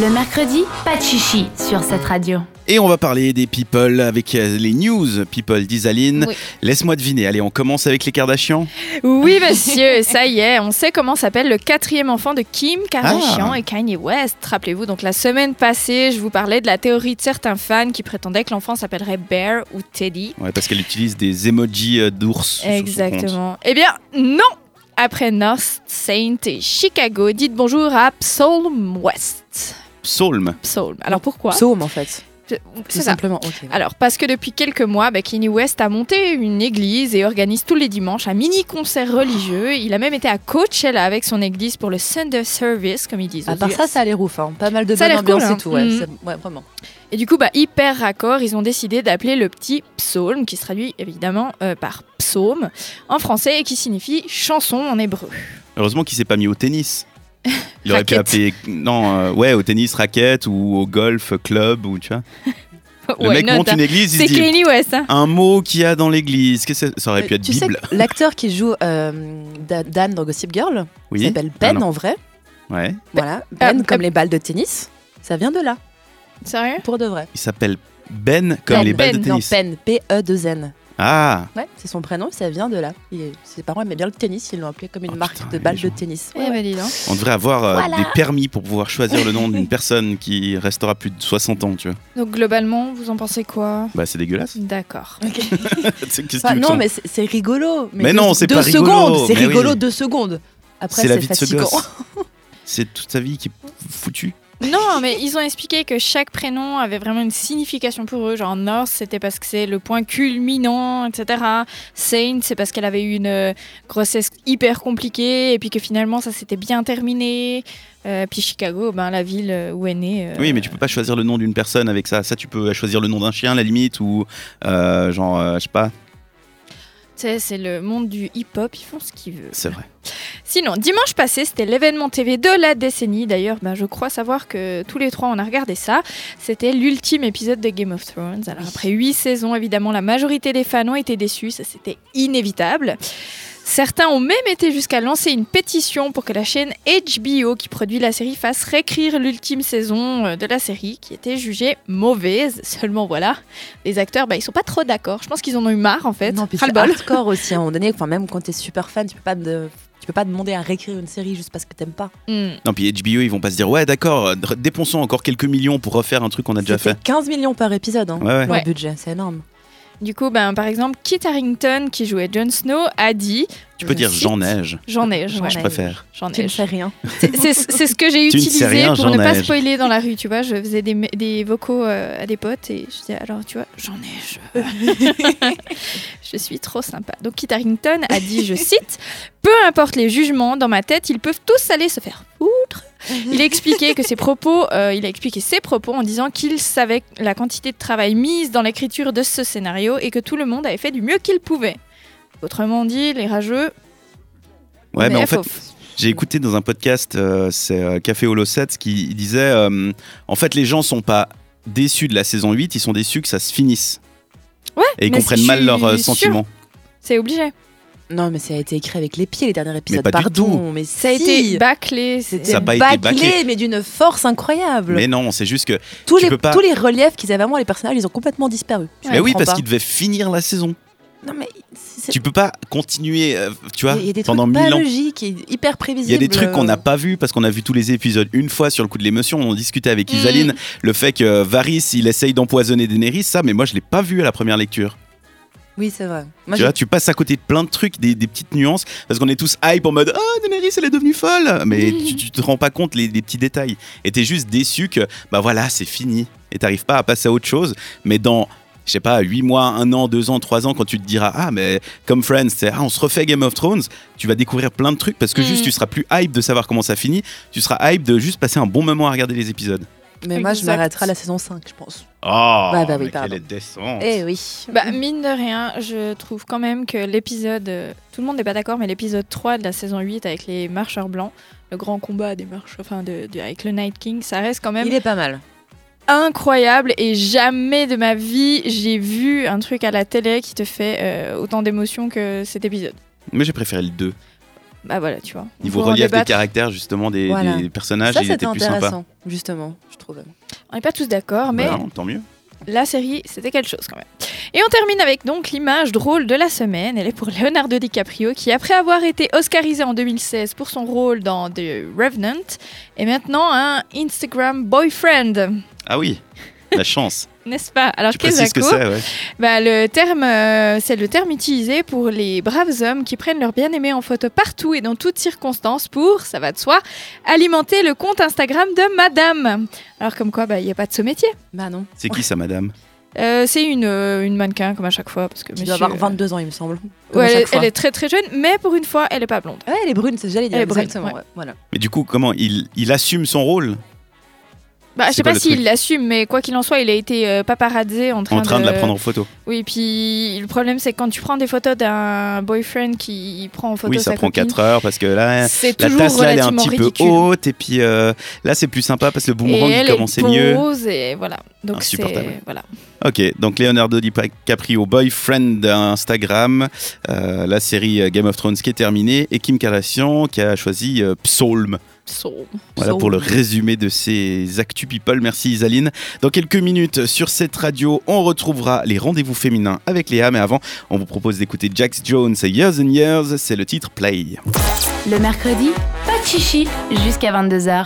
Le mercredi, pas de chichi sur cette radio. Et on va parler des people avec euh, les news people d'Isaline. Oui. Laisse-moi deviner. Allez, on commence avec les Kardashians. Oui, monsieur, ça y est, on sait comment s'appelle le quatrième enfant de Kim Kardashian et Kanye West. Rappelez-vous, donc la semaine passée, je vous parlais de la théorie de certains fans qui prétendaient que l'enfant s'appellerait Bear ou Teddy. Ouais, parce qu'elle utilise des emojis euh, d'ours. sur son compte. Exactement. Eh bien, non Après North Saint et Chicago, dites bonjour à Psalm West. Psalm. Psalm. Alors pourquoi Psaume en fait, tout C'est ça. simplement. ok. Alors, parce que depuis quelques mois, bah, Kanye West a monté une église et organise tous les dimanches un mini-concert religieux. Il a même été à Coachella avec son église pour le Sunday Service, comme ils disent. À aux part US. ça, ça a l'air ouf. hein. Pas mal de Ça a bonne l'air cool, ambiance hein. et tout. Ouais, Mhm. C'est- ouais, vraiment. Et du coup, bah, hyper raccord, ils ont décidé d'appeler le petit psaume, qui se traduit évidemment euh, par psaume en français et qui signifie chanson en hébreu. Heureusement qu'il s'est pas mis au tennis. Il aurait pu Raquette. appeler. Non, euh, ouais, au tennis, raquette ou au golf, club ou tu vois. Le Ouais, mec note, monte hein. une église, il C'est se dit. Kanye West, hein. Un mot qu'il y a dans l'église. Qu'est-ce que ça aurait pu être Euh, tu Bible. sais que l'acteur qui joue euh, Da- Dan dans Gossip Girl il Oui. s'appelle Ah Ben non. en vrai. Ouais. Voilà, Ben euh, comme euh, les balles de tennis. Ça vient de là, Sérieux pour de vrai. Il s'appelle Ben comme Ben, les balles Ben, de non, Non, tennis. Ben, P-E-2-N. Ah. Ouais, c'est son prénom, ça vient de là. Il est- Ses parents aimaient bien le tennis, ils l'ont appelé comme une Oh, marque putain, de les balles de gens. tennis. Eh Ouais, ouais. ben, dis donc. On devrait avoir euh, Voilà. des permis pour pouvoir choisir le nom d'une personne qui restera plus de 60 ans, tu vois. Donc, globalement, vous en pensez quoi Bah, c'est dégueulasse. D'accord. C'est- qu'est-ce Enfin, qui me non, semble- mais c'est c'est rigolo. Mais deux- non, c'est deux pas rigolo, secondes, C'est mais rigolo oui. deux secondes. Après, C'est la c'est vie de ce fatigant. gosse. C'est toute sa vie qui est foutue. Non, mais ils ont expliqué que chaque prénom avait vraiment une signification pour eux. Genre North, c'était parce que c'est le point culminant, etc. Saint, c'est parce qu'elle avait eu une euh, grossesse hyper compliquée et puis que finalement ça s'était bien terminé. Euh, puis Chicago, ben la ville euh, où est née. euh, Oui, mais tu peux pas choisir le nom d'une personne avec ça. Ça, tu peux choisir le nom d'un chien, à la limite, ou euh, genre, euh, je sais pas. tu sais, c'est le monde du hip-hop, ils font ce qu'ils veulent. C'est vrai. Sinon, dimanche passé, c'était l'événement TV de la décennie. D'ailleurs, ben, je crois savoir que tous les trois, on a regardé ça. C'était l'ultime épisode de Game of Thrones. Alors, après huit saisons, évidemment, la majorité des fans ont été déçus. Ça, c'était inévitable. Certains ont même été jusqu'à lancer une pétition pour que la chaîne HBO qui produit la série fasse réécrire l'ultime saison euh, de la série qui était jugée mauvaise. Seulement voilà, les acteurs, bah, ils sont pas trop d'accord. Je pense qu'ils en ont eu marre en fait. Non, puis c'est Ras-le-bol. hardcore aussi. À un moment donné, enfin, même quand t'es super fan, tu peux pas de- tu peux pas demander à réécrire une série juste parce que t'aimes pas. Hmm. Non, puis HBO, ils vont pas se dire, ouais, d'accord, euh, dr- dépensons encore quelques millions pour refaire un truc qu'on a déjà C'était fait. 15 millions par épisode, hein, Ouais, ouais. leur Ouais. budget, c'est énorme. Du coup, ben, par exemple, Kit Harington, qui jouait Jon Snow, a dit Tu peux je dire cite, Jean Neige, J'en neige, j'en Jean je Neige. neige, préfère. j'en Tu ne neige. sais rien. C'est- C'est c'est ce que j'ai Tu ne sais utilisé rien, pour Jean ne pas Neige. spoiler dans la rue, tu vois. Je faisais des, des vocaux euh, à des potes et je disais, alors tu vois, j'en neige. je suis trop sympa. Donc Kit Harington a dit, je cite, Peu importe les jugements, dans ma tête, ils peuvent tous aller se faire foutre. Il a expliqué que ses propos, euh, il a expliqué ses propos en disant qu'il savait la quantité de travail mise dans l'écriture de ce scénario et que tout le monde avait fait du mieux qu'il pouvait. Autrement dit, les rageux. Ouais, on mais est en fait, FOF. j'ai écouté dans un podcast, euh, c'est euh, Café Holo 7, qui disait, euh, en fait, les gens sont pas déçus de la saison 8, ils sont déçus que ça se finisse. Ouais, Et ils mais comprennent je mal suis leurs euh, sûre. sentiments. c'est obligé. Non, mais ça a été écrit avec les pieds les derniers épisodes. pas du Pardon, tout. mais Ça a été bâclé. c'est- Ça a pas été bâclé. mais d'une force incroyable. Mais non, c'est juste que. tous, tu les, peux pas- tous les reliefs qu'ils avaient avant, les personnages, ils ont complètement disparu. Je mais oui, comprends parce pas. qu'ils devaient finir la saison. Non, mais c'est- Tu peux pas continuer, euh, tu vois, il y a des pendant trucs euh. mille pas ans. logiques et hyper prévisibles. Il y a des trucs qu'on n'a pas vu parce qu'on a vu tous les épisodes une fois sur le coup de l'émotion. On en discutait avec Mm. Isaline le fait que euh, Varys il essaye d'empoisonner Daenerys, ça, mais moi je l'ai pas vu à la première lecture. Oui, c'est vrai. Moi, tu j'ai- vois, tu passes à côté de plein de trucs, des, des petites nuances, parce qu'on est tous hype en mode Ah, Daenerys elle est devenue folle, mais tu, tu te rends pas compte les, des petits détails. Et t'es juste déçu que bah voilà c'est fini et t'arrives pas à passer à autre chose. Mais dans je sais pas, 8 mois, 1 an, 2 ans, 3 ans, quand tu te diras, ah, mais comme Friends, c'est, ah, on se refait Game of Thrones, tu vas découvrir plein de trucs parce que juste Mm. tu seras plus hype de savoir comment ça finit, tu seras hype de juste passer un bon moment à regarder les épisodes. Mais moi, je Exact. m'arrêterai à la saison 5, je pense. Oh, Bah, bah oui, mais pardon. quelle descente. Eh oui. Bah, mine de rien, je trouve quand même que l'épisode. euh, Tout le monde n'est pas d'accord, mais l'épisode 3 de la saison 8 avec les marcheurs blancs, le grand combat des marcheurs. Enfin, de, de- avec le Night King, ça reste quand même Il est pas mal. incroyable et jamais de ma vie j'ai vu un truc à la télé qui te fait euh, autant d'émotions que cet épisode. Mais j'ai préféré le 2. Bah voilà, tu vois. on Niveau pourra en relief des débattre. caractères, justement, des, Voilà. des personnages, ça, il était c'était plus sympa. intéressant, justement, je trouve. On n'est pas tous d'accord, Ah, mais Bah, tant mieux. la série, c'était quelque chose quand même. Et on termine avec donc l'image drôle de la semaine. Elle est pour Leonardo DiCaprio qui, après avoir été oscarisé en 2016 pour son rôle dans The Revenant, est maintenant un Instagram boyfriend. Ah oui, la chance. N'est-ce pas Alors, tu précises ce que Kezako, c'est, ouais. bah, le terme, euh, c'est le terme utilisé pour les braves hommes qui prennent leur bien-aimé en photo partout et dans toutes circonstances pour, ça va de soi, alimenter le compte Instagram de Madame. Alors comme quoi, bah, il n'y a pas de ce métier. Bah non. C'est qui ça, madame Euh, c'est une, euh, une mannequin comme à chaque fois parce que Tu monsieur, dois avoir 22 ans, il me semble. Ouais, comme à elle, chaque est- fois. elle est très très jeune, mais pour une fois, elle est pas blonde. Ouais, elle est brune, c'est j'allais dire. Elle est brune, exactement, ouais. ouais, Voilà. Mais du coup, comment il, il assume son rôle Bah, je C'est sais quoi pas le s'il truc l'assume, mais quoi qu'il en soit, il a été euh, paparazzé en train, en train de la prendre en photo Oui, puis le problème, c'est que quand tu prends des photos d'un boyfriend qui prend en photo Oui, ça sa prend copine, 4 heures parce que là, c'est la toujours tasse là, elle est un relativement petit ridicule. peu haute. Et puis euh, là, c'est plus sympa parce que le boomerang et il elle est commençait mieux. pose et voilà. Donc Insupportable. c'est voilà. Ok, donc Leonardo DiCaprio, boyfriend Instagram, euh, la série euh, Game of Thrones qui est terminée, et Kim Kardashian qui a choisi euh, Psalm. So. Voilà Psalm. pour le résumé de ces Actu People. Merci Isaline. Dans quelques minutes, sur cette radio, on retrouvera les rendez-vous féminins avec Léa, mais avant, on vous propose d'écouter Jax Jones et Years and Years, c'est le titre Play. Le mercredi, pas de chichi jusqu'à 22h.